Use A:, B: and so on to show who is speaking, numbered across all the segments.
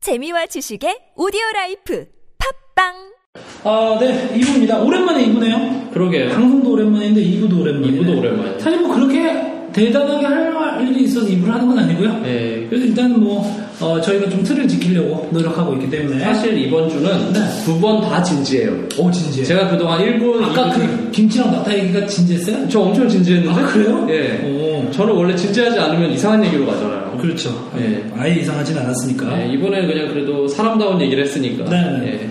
A: 재미와 지식의 오디오 라이프 팝빵
B: 아, 네, 2부입니다. 오랜만에 2부네요.
C: 그러게요.
B: 방송도 오랜만인데 2부도 오랜만에.
C: 이부도 오랜만이에요.
B: 사실 뭐 그렇게 대단하게 할 일이 있어서 2부를 하는 건 아니고요.
C: 네.
B: 그래서 일단 뭐, 어, 저희가 좀 틀을 지키려고 노력하고 있기 때문에.
C: 사실 이번 주는
B: 네.
C: 두 번 다 진지해요.
B: 오, 진지해.
C: 제가 그동안 1분,
B: 아까 그 김치랑 나타 얘기가 진지했어요?
C: 저 엄청 진지했는데.
B: 아, 그래요?
C: 예.
B: 오.
C: 저는 원래 진지하지 않으면 이상한 얘기로 가잖아요.
B: 그렇죠.
C: 네.
B: 아예 이상하진 않았으니까.
C: 예, 이번에는 그냥 그래도 사람다운 얘기를 했으니까.
B: 네.
C: 예.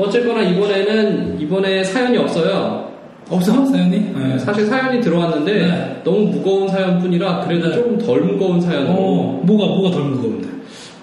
C: 어쨌거나 이번에는, 이번에 사연이 없어요.
B: 없어, 사연이? 네.
C: 사실 사연이 들어왔는데
B: 네.
C: 너무 무거운 사연뿐이라 그래도
B: 네.
C: 조금 덜 무거운 사연으로
B: 어, 뭐가, 뭐가 덜 무거운데.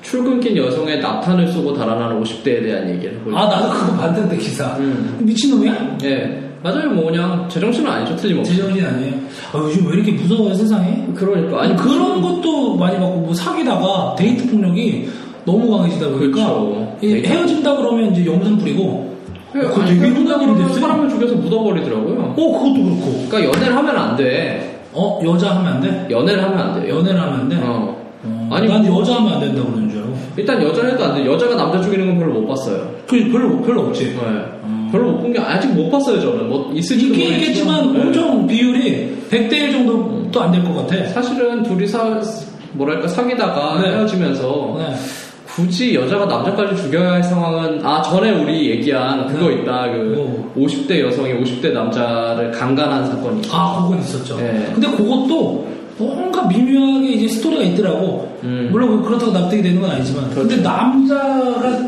C: 출근길 여성의 나탄을 쏘고 달아나는 50대에 대한 얘기를 보여요.
B: 아, 나도 그거 봤는데, 기사.
C: 음.
B: 미친놈이야?
C: 예, 맞아요. 뭐 그냥 제정신은 아니죠. 틀림없이.
B: 제정신 아니에요. 아, 요즘 왜 이렇게 무서워요, 세상에?
C: 그러니까
B: 아니
C: 아니 그
B: 그런 것도 많이 받고 뭐 사귀다가 데이트 폭력이 너무 강해지다 보니까
C: 그렇죠.
B: 이
C: 데이트.
B: 헤어진다 그러면 이제 염산 뿌리고 그거 되게 유난한
C: 예, 그러면
B: 일인데
C: 그러니까 사람을 죽여서 묻어버리더라고요.
B: 어 그것도 그렇고
C: 그러니까 연애를 하면 안 돼.
B: 어 여자 하면 안 돼?
C: 연애를 하면 안 돼. 연...
B: 연애를 하면 안 돼?
C: 어.
B: 어,
C: 아니,
B: 난 여자 하면 안 된다고 그러는 줄 알고
C: 일단 여자를 해도 안 돼. 여자가 남자 죽이는 건 별로 못 봤어요.
B: 그 별로 별로 없지
C: 네. 별로 못 본 게 아직 못 봤어요 저는. 뭐 있을지도
B: 아. 있긴 있겠지만
C: 모르겠지만. 네.
B: 엄청 비율이 100대 1 정도도 안 될 것 같아
C: 사실은 둘이 사 뭐랄까 사귀다가
B: 네.
C: 헤어지면서
B: 네.
C: 굳이 여자가 남자까지 죽여야 할 상황은 아 전에 우리 얘기한 그거
B: 네.
C: 있다 그 50대 여성이 50대 남자를 강간한 사건이 있어요.
B: 아, 그건 있었죠.
C: 예.
B: 근데 그것도 뭔가 미묘하게 이제 스토리가 있더라고.
C: 음. 그렇죠.
B: 물론 그렇다고 납득이 되는 건 아니지만. 근데 남자가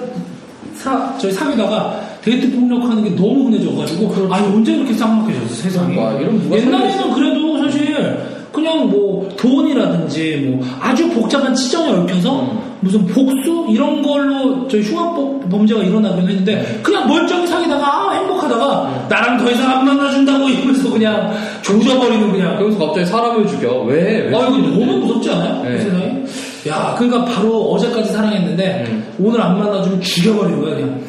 B: 사, 저희 사귀다가 데이트 폭력하는 게 너무 흔해져가지고. 아니, 언제 이렇게 쌍막해졌어, 세상이.
C: 와, 그렇죠. 아, 이런 누가
B: 옛날에는 그래도 사실 그냥 뭐 돈이라든지 뭐 아주 복잡한 치정에 얽혀서
C: 음.
B: 무슨 복수 이런 걸로 저 흉악법 범죄가 일어나긴 했는데 그냥 멀쩡히 사귀다가 아, 행복하다가
C: 음.
B: 나랑 더 이상 안 만나준다고 이러면서 그냥 조져버리는 그냥
C: 여기서 갑자기 사람을 죽여. 왜?
B: 아
C: 왜
B: 이거
C: 죽이는데?
B: 너무 무섭지 않아요?
C: 그, 네.
B: 이 세상에? 야 그러니까 바로 어제까지 사랑했는데
C: 음.
B: 오늘 안 만나주면 죽여버리는 거야 그냥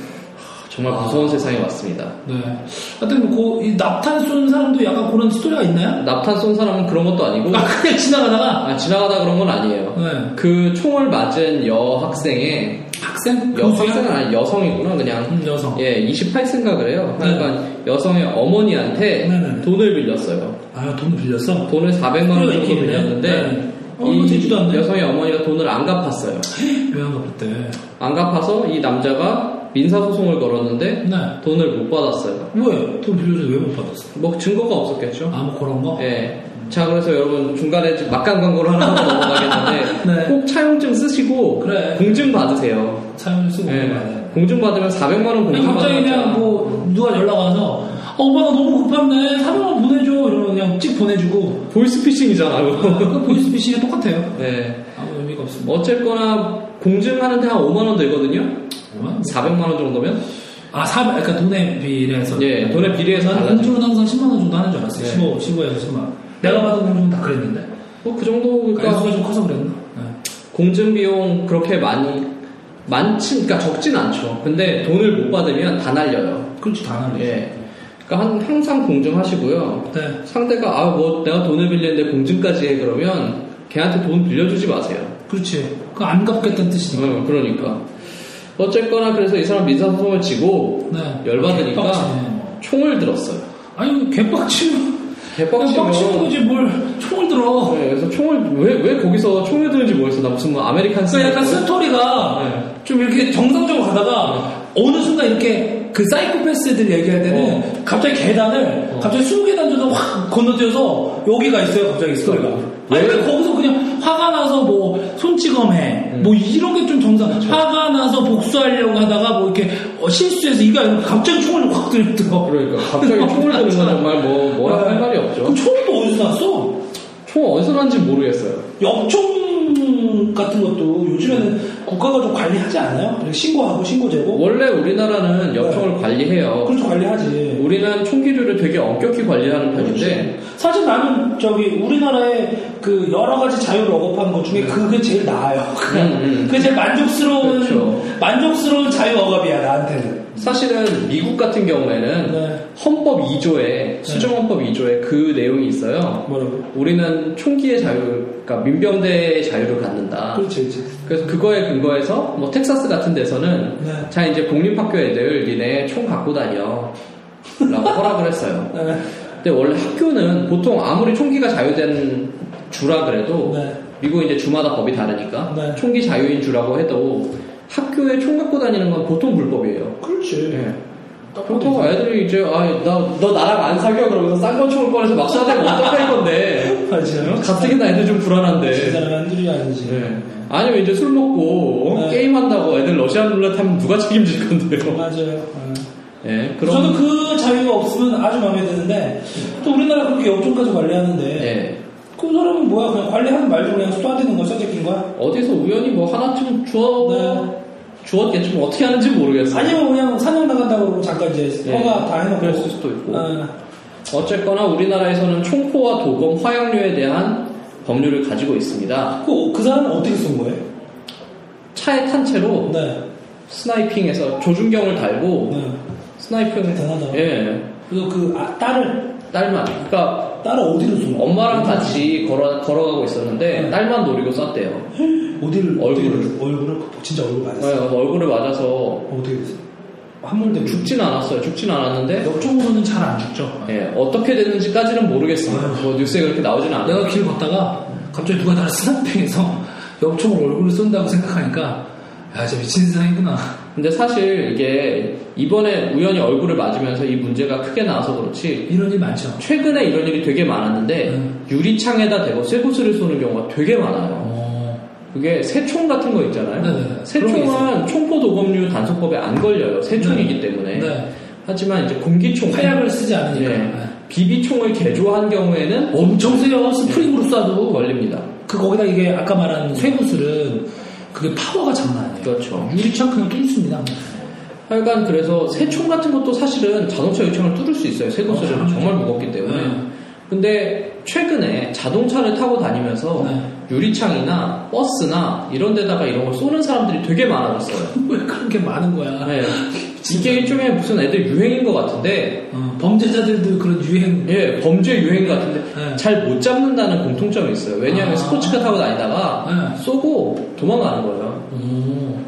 C: 정말 무서운 세상에 왔습니다.
B: 네. 하여튼 그, 이 납탄 쏘는 사람도 약간 그런 스토리가 있나요?
C: 납탄 쏜 사람은 그런 것도 아니고
B: 아 그냥 지나가다가
C: 아, 지나가다 그런 건 아니에요.
B: 네.
C: 그 총을 맞은 여학생의
B: 학생?
C: 여,
B: 교수야?
C: 학생은 아니 여성이구나 그냥
B: 음, 여성
C: 예 28세인가 그래요.
B: 네.
C: 그러니까 여성의 어머니한테
B: 네네.
C: 돈을 빌렸어요.
B: 아, 돈 빌렸어?
C: 돈을 400만 원 정도
B: 그래,
C: 빌렸는데
B: 네. 어, 이거
C: 이
B: 제주도 안 돼?
C: 여성의 어머니가 돈을 안 갚았어요.
B: 왜안 갚았대?
C: 안 갚아서 이 남자가 민사 소송을 걸었는데
B: 네.
C: 돈을 못 받았어요.
B: 왜? 돈 빌려줘서 왜 못 받았어?
C: 뭐 증거가 없었겠죠.
B: 아무 그런 거?
C: 예. 자, 그래서 여러분 중간에 지금 막간 광고를 하나 하고 넘어가겠는데
B: 네.
C: 꼭 차용증 쓰시고
B: 그래.
C: 공증 받으세요.
B: 사연을 쓰고
C: 예.
B: 네. 말해.
C: 공증 받으면 400만 원 공증
B: 갑자기 그냥
C: 받으면
B: 뭐 누가 연락 와서 어, 오빠 나 너무 급한데 사명만 보내줘 이러면 그냥 찍 보내주고
C: 보이스피싱이잖아. 그거.
B: 그 보이스피싱이 똑같아요.
C: 네.
B: 아무 의미가 없습니다.
C: 어쨌거나 공증하는데 한 5만 원 들거든요. 400만 원 정도면
B: 아, 사, 그러니까 돈에 비례해서.
C: 예, 돈에 비례해서
B: 나는
C: 달라요.
B: 공주는 항상 10만 원 정도 하는 줄 알았어요. 15,
C: 네.
B: 15에서 10만 원. 내가 받은 공주는 다 그랬는데.
C: 뭐 그 정도
B: 그러니까
C: 그러니까
B: 수가 좀 커서 그랬나? 네.
C: 공증 비용 그렇게 많이 많지 그러니까 적진 않죠. 근데 돈을 못 받으면 다 날려요.
B: 그렇지, 다 하는 거지.
C: 예. 그러니까 한- 항상 공증하시고요.
B: 네.
C: 상대가 아 뭐 내가 돈을 빌렸는데 공증까지 해 그러면 걔한테 돈 빌려주지 마세요.
B: 그렇지. 그안 갚겠다는 뜻이니까.
C: 어, 그러니까 어쨌거나 그래서 이 사람 민사 소송을 지고
B: 네.
C: 열받으니까
B: 빡치네.
C: 총을 들었어요.
B: 아니 개빡치면
C: 개빡치면
B: 빡치는 거지 뭘 총을 들어
C: 네, 그래서 총을 왜 왜 거기서 총을 드는지 모르겠어. 나 무슨 뭐 아메리칸
B: 그러니까 약간
C: 스나이퍼?
B: 스토리가
C: 네.
B: 좀 이렇게 정상적으로 가다가 어느 순간 이렇게 그 사이코패스들 얘기할 때는
C: 어.
B: 갑자기 계단을 갑자기 20계단 정도 확 건너뛰어서 여기가 있어요 갑자기 스토리가 아니
C: 그러니까. 왜? 음.
B: 왜 거기서 그냥 화가 나서 뭐 손찌검해 뭐 이런 게 좀 정상 화가 나서 복수하려고 하다가 뭐 이렇게 어, 실수해서 이거 아니고 갑자기 총을 확 들더라고
C: 그러니까 갑자기 총을 드는 건 정말 뭐 뭐라 고할 말이 없죠.
B: 어, 네. 그럼 총은 또 어디서 났어?
C: 총 어디서 난지 모르겠어요.
B: 역총 같은 것도
C: 음.
B: 요즘에는 국가가 좀 관리하지 않아요? 그냥 신고하고 신고제고
C: 원래 우리나라는
B: 네.
C: 역총을 관리해요.
B: 그렇죠 관리하지
C: 우리는 총기류를 되게 엄격히 관리하는 편인데
B: 사실 나는 저기 우리나라의 그 여러 가지 자유를 억압하는 것 중에 그게 제일 나아요 그냥
C: 네. 음, 음.
B: 그게 제일 만족스러운
C: 그렇죠.
B: 고통스러운 자유억압이야 나한테는.
C: 사실은 미국 같은 경우에는
B: 네.
C: 헌법 2조에 수정 헌법 2조에 그 내용이 있어요.
B: 뭐라고? 우
C: 는 총기의 자유, 그러니까 민병대의 자유를 갖는다.
B: 그렇지, 그렇지.
C: 그래서 그거에 근거해서 뭐 텍사스 같은 데서는
B: 네.
C: 자 이제 공립학교 애들 니네 총 갖고 다녀 라고 허락을 했어요
B: 네.
C: 근데 원래 학교는 보통 아무리 총기가 자유된 주라 그래도
B: 네.
C: 미국은 이제 주마다 법이 다르니까
B: 네.
C: 총기 자유인 주라고 해도 학교에 총 갖고 다니는 건 보통 불법이에요
B: 그렇지.
C: 예.
B: 그렇지.
C: 보통 그러니까 애들이 이제 아나너 나랑 안 사겨 그러면서 싼건 총을 꺼내서 막 쏴대면 어떡할 건데
B: 아, 진짜요?
C: 갑자기 나 애들 좀 불안한데
B: 진짜는 한둘이 아니지.
C: 네. 아니면 이제 술 먹고 어?
B: 네.
C: 게임한다고 애들 러시안 룰렛 하면 누가 책임질 건데요?
B: 맞아요.
C: 예,
B: 그
C: 그럼
B: 저도 그 자유가 없으면 아주 마음에 드는데 또 우리나라 그렇게 역종까지 관리하는데
C: 예.
B: 그 사람은 뭐야 그냥 관리하는 말도 그냥 쏴대는 거야 쏴대긴 거야?
C: 어디서 우연히 뭐 하나쯤 주워
B: 네.
C: 주웠겠지 뭐 어떻게 하는지 모르겠어요.
B: 아니면 그냥 사냥 나간다고 그러면 잠깐 이제
C: 예.
B: 허가 다 해놓고
C: 그랬을 수도 있고.
B: 아,
C: 어쨌거나 우리나라에서는 총포와 도검, 화약류에 대한 법률을 가지고 있습니다.
B: 그, 그 사람은 어떻게 쏜 거예요?
C: 차에 탄 채로
B: 네.
C: 스나이핑해서 조준경을 달고
B: 네.
C: 스나이핑
B: 대단하다.
C: 예,
B: 그래서 그 아, 딸을
C: 딸만. 그러니까
B: 딸을 어디로 쏜 거야?
C: 엄마랑 같이 걸어 걸어가고 있었는데
B: 네.
C: 딸만 노리고 쐈대요. 네,
B: 어디를
C: 얼굴을.
B: 어디를- 얼굴을 진짜 얼굴
C: 네,
B: 맞았어.
C: 얼굴에 맞아서
B: 어떻게 됐어? 한물대
C: 죽진 않았어요. 죽진 않았는데
B: 역종으로는 잘 안 죽죠.
C: 예, 어떻게 됐는지까지는 모르겠습니다. 뭐 뉴스에 그렇게 나오진 않아요.
D: 내가 길 걷다가 갑자기 누가 나를 스나핑해서 옆쪽으로 얼굴을 쏜다고 생각하니까 야, 진짜 미친 세상이구나.
C: 근데 사실 이게 이번에 우연히 얼굴을 맞으면서 이 문제가 크게 나와서 그렇지
D: 이런 일 많죠.
C: 최근에 이런 일이 되게 많았는데
D: 음.
C: 유리창에다 대고 쇠구슬을 쏘는 경우가 되게 많아요.
D: 어,
C: 그게 새총 같은 거 있잖아요.
D: 네네. 그런 게
C: 새총은 총포 도검류 단속법에 안 걸려요. 새총이기 때문에.
D: 네.
C: 하지만 이제 공기총
D: 화약을 쓰지 않으니까.
C: 예,
D: 네.
C: 비비총을 개조한 경우에는
D: 엄청 세요. 스프링으로 쏴도.
C: 걸립니다.
D: 그 거기다 이게 아까 말한 쇠구슬은 그게 파워가 장난 아니에요.
C: 그렇죠.
D: 유리창 그냥 뚫습니다.
C: 하여간 그래서 새총 같은 것도 사실은 자동차 유창을 뚫을 수 있어요. 새구슬은
D: 어,
C: 정말 무겁기 때문에.
D: 네.
C: 근데 최근에 자동차를 타고 다니면서
D: 네.
C: 유리창이나 버스나 이런 데다가 이런 걸 쏘는 사람들이 되게 많아졌어요.
D: 왜 그런 게 많은 거야?
C: 네. 이게 일종의 무슨 애들 유행인 것 같은데
D: 어, 범죄자들도 그런 유행.
C: 예, 범죄 유행 같은데
D: 네.
C: 잘 못 잡는다는 공통점이 있어요. 왜냐하면
D: 아.
C: 스포츠카 타고 다니다가
D: 네.
C: 쏘고 도망가는 거예요.
D: 오,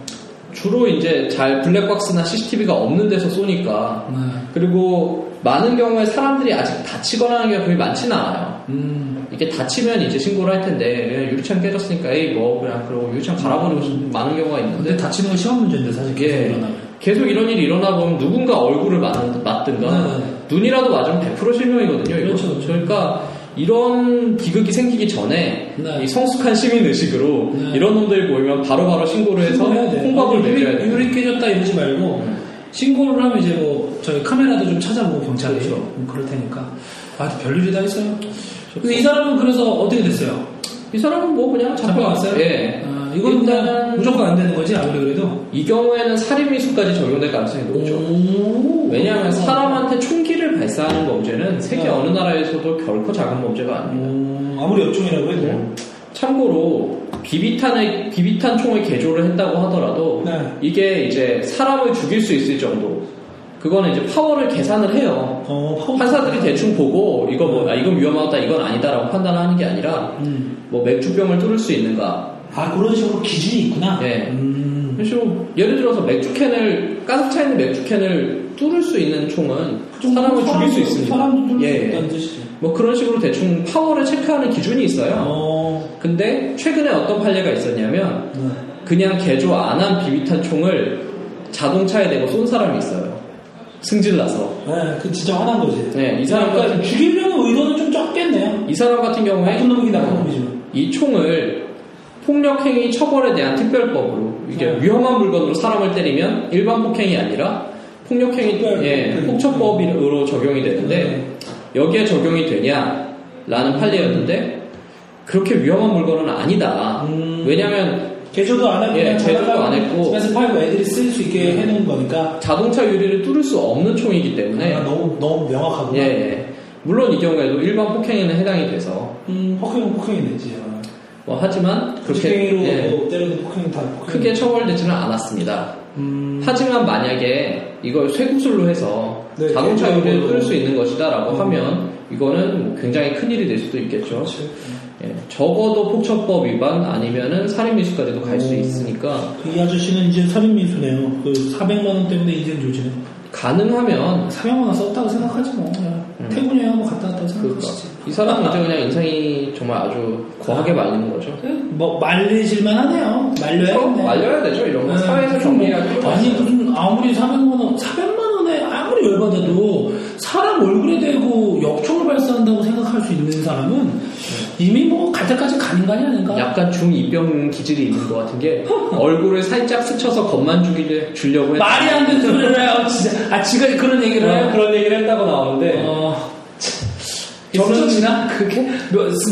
C: 주로 이제 잘 블랙박스나 CCTV가 없는 데서 쏘니까
D: 네.
C: 그리고 많은 경우에 사람들이 아직 다치거나 하는 게 그렇게 많지는 않아요.
D: 음,
C: 이게 다치면 이제 신고를 할 텐데 그냥 유리창 깨졌으니까 에이 뭐 그냥 그러고 유리창 갈아버리고 좀 많은 경우가 있는데
D: 근데 다치는 건 시험 문제인데 사실 계속
C: 예.
D: 일어나면.
C: 계속 이런 일이 일어나 보면 누군가 얼굴을 맞, 맞든가
D: 네.
C: 눈이라도 맞으면 100% 실명이거든요. 이거.
D: 그렇죠, 그렇죠.
C: 그러니까 이런 비극이 생기기 전에
D: 네.
C: 이 성숙한 시민 의식으로
D: 네.
C: 이런 놈들이 보이면 바로바로 신고를 해서
B: 신고해야 돼.
C: 홍밥을
D: 유리-
C: 내줘야 돼요. 음.
D: 유리 깨졌다 이러지 말고 신고를 하면 이제 뭐 저희 카메라도 좀 찾아보고 경찰이
C: 그렇죠.
D: 음, 그럴 테니까 아 별일이 다 있어요. 근데 이 사람은 그래서 어떻게 됐어요?
C: 이 사람은 뭐 그냥
D: 잡혀갔어요?
C: 잡혀갔어요. 예.
D: 아, 이건
C: 일단은
D: 일단 무조건 안 되는 거지 아무리 그래도.
C: 이 경우에는 살인미수까지 적용될 가능성이 높죠.
D: 오.
C: 그렇죠. 왜냐하면 사람한테 총기를 발사하는 범죄는 세계
B: 네.
C: 어느 나라에서도 결코 작은 범죄가 아닙니다.
D: 음,
B: 오, 아무리 역종이라고 해도.
C: 네. 참고로 비비탄의 비비탄 총을 개조를 했다고 하더라도
B: 네.
C: 이게 이제 사람을 죽일 수 있을 정도 그거는 이제 파워를 계산을 해요.
B: 어, 파워.
C: 판사들이 대충 보고 이거 뭐 아, 이건 위험하다 이건 아니다라고 판단하는 게 아니라
B: 음.
C: 뭐 맥주병을 뚫을 수 있는가
B: 아, 그런 식으로 기준이 있구나.
C: 예.
B: 음.
C: 사실 예를 들어서 맥주캔을 가스차 있는 맥주캔을 뚫을 수 있는 총은
B: 좀
C: 사람을 죽일 수
B: 사람도-
C: 있습니다.
B: 사람도 뚫을 수
C: 예.
B: 있다는 뜻이지.
C: 뭐 그런 식으로 대충 파워를 체크하는 기준이 있어요.
B: 어,
C: 근데 최근에 어떤 판례가 있었냐면
B: 네.
C: 그냥 개조 안 한 비비탄 총을 자동차에 대고 쏜 사람이 있어요. 승질나서.
B: 네, 그 진짜 화난 거지.
C: 네, 이 사람
B: 그러니까
C: 같은
B: 죽이려는 의도는 좀 적겠네요.
C: 이 사람 같은 경우에
B: 나쁜 놈이긴 나쁜 놈이지만.
C: 이 총을 폭력행위 처벌에 대한 특별법으로 이게
B: 네.
C: 위험한 물건으로 사람을 때리면 일반 폭행이 아니라 폭력행위
B: 특별-
C: 예,
B: 네.
C: 폭처법으로 적용이 되는데 여기에 적용이 되냐라는 판례였는데 그렇게 위험한 물건은 아니다.
B: 음.
C: 왜냐하면
B: 개조도 안 했고,
C: 예,
B: 그냥
C: 개조도
B: 장난감
C: 안 했고.
B: 집에서 팔고 애들이 쓸 수 있게 해놓은 거니까.
C: 자동차 유리를 뚫을 수 없는 총이기 때문에
B: 아, 너무, 너무 명확하구나.
C: 예, 예. 물론 이 경우에도 일반 폭행에는 해당이 돼서
B: 음, 허킹은 허킹이 되지.
C: 뭐 하지만 그렇게
B: 직행이로
C: 예,
B: 뭐 때려도 폭행 다 폭행.
C: 크게 처벌되지는 않았습니다.
B: 음,
C: 하지만 만약에 이걸 쇠구슬로 해서
B: 네,
C: 자동차 유리를
B: 그렇죠.
C: 뚫을 수 있는 것이다라고
B: 음.
C: 하면 이거는 뭐 굉장히 큰 일이 될 수도 있겠죠.
B: 그렇지.
C: 예, 적어도 폭처법 위반 아니면은 살인미수까지도 갈 수
B: 음.
C: 있으니까
B: 이 아저씨는 이제 살인미수네요. 그 400만 원 때문에 인생 조지네.
C: 가능하면
B: 400만 원 썼다고 생각하지 뭐. 그냥
C: 음.
B: 태국 여행 한번 갔다 왔다고
C: 그,
B: 생각하시지.
C: 이 사람은 이제 그냥 인상이 정말 아주 거하게 말리는 거죠. 어,
B: 뭐 말리실만 하네요. 말려야겠네.
C: 말려야 되죠. 이런 거
B: 네,
C: 사회에서
B: 무슨 뭐,
C: 정리할 필요가
B: 아니
C: 있어요.
B: 무슨 아무리 400만 원, 400만 원에 아무리 열받아도 사람 얼굴에 대고 역총을 발사한다고 생각할 수 있는 사람은 이미 뭐 갈 때까지 간 인간이 아닌가?
C: 약간 중2병 기질이 있는 것 같은 게 얼굴을 살짝 스쳐서 겁만 주기를 주려고 했
B: 말이 안 되는 소리를 해요. 진짜. 아 지가 그런 얘기를 해요.
C: 어. 그런 얘기를 했다고 나오는데
B: 어, 저는 지나 그게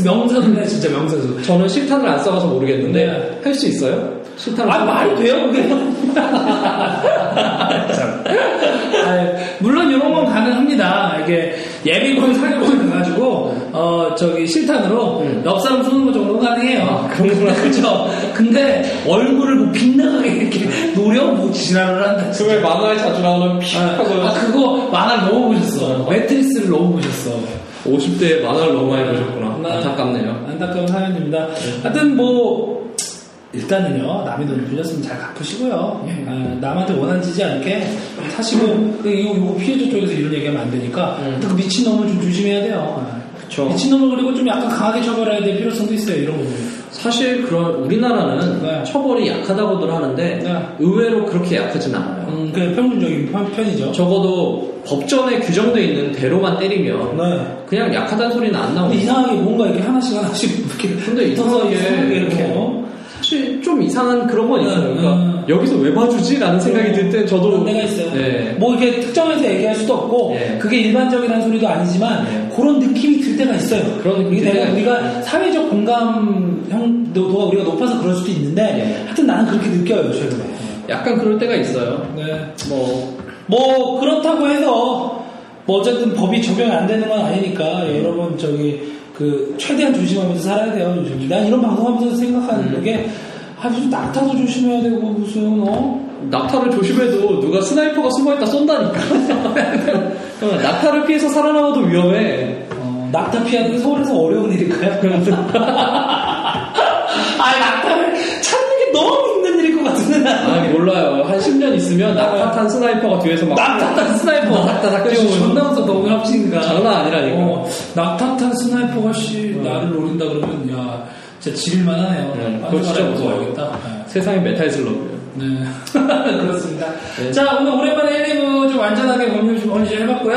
B: 명사네 진짜 명사죠.
C: 저는 실탄을 안 써봐서 모르겠는데
B: 네.
C: 할 수 있어요? 실탄을
B: 아
C: 써봐서.
B: 말이 돼요 그게 참. 아, 물론 이런 건 가능합니다 이게 예비군 사격을 가지고 어 저기 실탄으로
C: 음.
B: 옆 사람 쏘는 거 정도는 가능해요
C: 그런구나.
B: 아, 그죠 근데 얼굴을 뭐 빛나게 이렇게 노려 뭐 지랄을 한다
C: 그 왜 만화에 자주 나오는 피
B: 아,
C: 하고
B: 아, 그거 만화 너무 보셨어 매트리스를 너무 보셨어
C: 50대에 만화를 너무 많이 보셨구나
B: 나-
C: 안타깝네요
B: 안타까운 사연입니다.
C: 네.
B: 하여튼 뭐 일단은요 남의 돈 빌렸으면 잘 갚으시고요.
C: 네.
B: 아, 남한테 원한지지 않게 사시고 그 이거, 이거 피해자 쪽에서 이런 얘기하면 안 되니까
C: 음.
B: 그 미친 놈을 좀 조심해야 돼요. 아,
C: 그쵸.
B: 미친 놈을 그리고 좀 약간 강하게 처벌해야 될 필요성도 있어요 이런 거.
C: 사실 그런 우리나라는
B: 네.
C: 처벌이 약하다고들 하는데
B: 네. 의외로
C: 의외로 그렇게 약하진 않아요
B: 음, 그 평균적인 편- 편이죠.
C: 적어도 법전에 규정돼 있는 대로만 때리면
B: 네.
C: 그냥 약하다는 소리는 안
B: 근데
C: 나오니까
B: 이상하게 뭔가 이렇게 하나씩 하나씩 이렇게
C: 근데
B: 붙어서
C: 이상하게
B: 이렇게
C: 뭐,
B: 뭐.
C: 사실 좀 이상한 그런 건 있어요. 그러니까
B: 음.
C: 여기서 왜 봐주지? 라는 생각이 들 때 저도
B: 그런 데가 있어요.
C: 네.
B: 뭐 이렇게 특정해서 얘기할 수도 없고
C: 예.
B: 그게 일반적이라는 소리도 아니지만
C: 예.
B: 그런 느낌이 들 때가 있어요.
C: 그런 느낌이
B: 이게
C: 네. 들
B: 내가
C: 때가
B: 우리가 사회적 공감 형도가 우리가 높아서 그럴 수도 있는데
C: 예.
B: 하여튼 나는 그렇게 느껴요 최근에.
C: 약간 그럴 때가 있어요.
B: 네.
C: 뭐
B: 뭐 그렇다고 해서 뭐 어쨌든 법이 적용이 안 되는 건 아니니까
C: 네.
B: 여러분 저기 그 최대한 조심하면서 살아야 돼요 요즘. 난 이런 방송하면서 생각하는
C: 음.
B: 게 아, 무슨 낙타도 조심해야 되고 무슨 어
C: 낙타를 조심해도 누가 스나이퍼가 숨어있다 쏜다니까. 그러면 낙타를 피해서 살아남아도 위험해.
B: 어, 낙타 피하는 게 서울에서 어려운 일일까요? 아, 낙타를 찾는 게 너무 힘든 일일 것 같은데, 나.
C: 아 몰라요. 한 10년 있으면 낙타 탄 스나이퍼가 뒤에서 막
B: 낙타탄 스나이퍼.
C: 낙타 딱
B: 그래서
C: 찍어오는
B: 존나 무섭다, 오늘 합친가.
C: 장난 아니라니까.
B: 어, 낙타탄 스나이퍼가 씨, 나를 노린다 그러면, 야, 진짜 지릴만 어. 하네요.
C: 네, 그거 진짜
B: 무서워야겠다.
C: 세상에 메탈슬러브예요.
B: 네. 그렇습니다.
C: 네.
B: 자, 오늘 오랜만에 1, 2부 좀 완전하게 법률 좀 언제 해봤고요.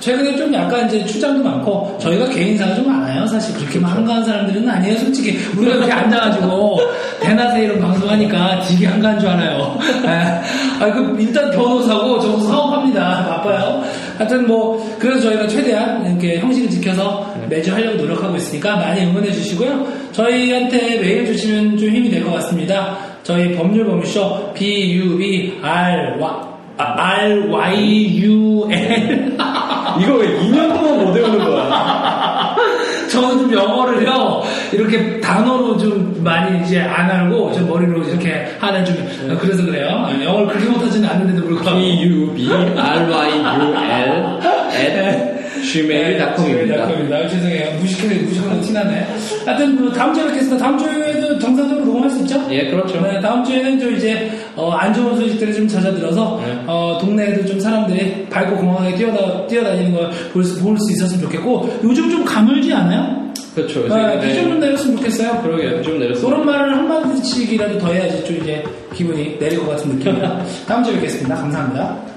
B: 최근에 좀 약간 이제 출장도 많고, 저희가 개인사가 좀 많아요. 사실 그렇게 막 한가한 사람들은 아니에요. 솔직히. 우리가 이렇게 앉아가지고, 대낮에 이런 방송하니까 되게 한가한 줄 알아요. 네. 아, 그, 일단 변호사고, 저도 사업합니다. 바빠요. 하여튼 뭐, 그래서 저희가 최대한 이렇게 형식을 지켜서 매주 하려고 노력하고 있으니까 많이 응원해 주시고요. 저희한테 메일 주시면 좀 힘이 될 것 같습니다. 저희 법률 법률쇼 B U B R Y 아, R Y U L
C: 이거 왜 2년 동안 못 외우는 거야?
B: 저는 좀 영어를요 이렇게 단어로 좀 많이 이제 안 알고 좀 머리로 이렇게 하는 좀 그래서 그래요 아, 영어를 그렇게 못하지는 않는데도 불구하고
C: B U B R Y U L at
B: 네,
C: gmail.com입니다.
B: gmail.com입니다. 죄송해요 무식해서 무식한 거 티나네 하여튼 뭐 다음 주에 뵙겠습니다 다음 주에도 정상적으로 녹음할 수 있죠?
C: 예, 그렇죠.
B: 네, 다음 주에는 좀 이제 어, 안 좋은 소식들을 좀 찾아들어서
C: 네.
B: 어, 동네에도 좀 사람들이 밝고 공항에 뛰어다, 뛰어다니는 걸 볼 수 있었으면 좋겠고 요즘 좀 가물지 않아요?
C: 그렇죠.
B: 네, 비좀
C: 네.
B: 내렸으면 좋겠어요.
C: 그러게요. 좀 내렸어.
B: 그런 말을 한마디씩이라도 더 해야지 좀 이제 기분이 내릴 것 같은 느낌이라 다음 주에 뵙겠습니다. 감사합니다.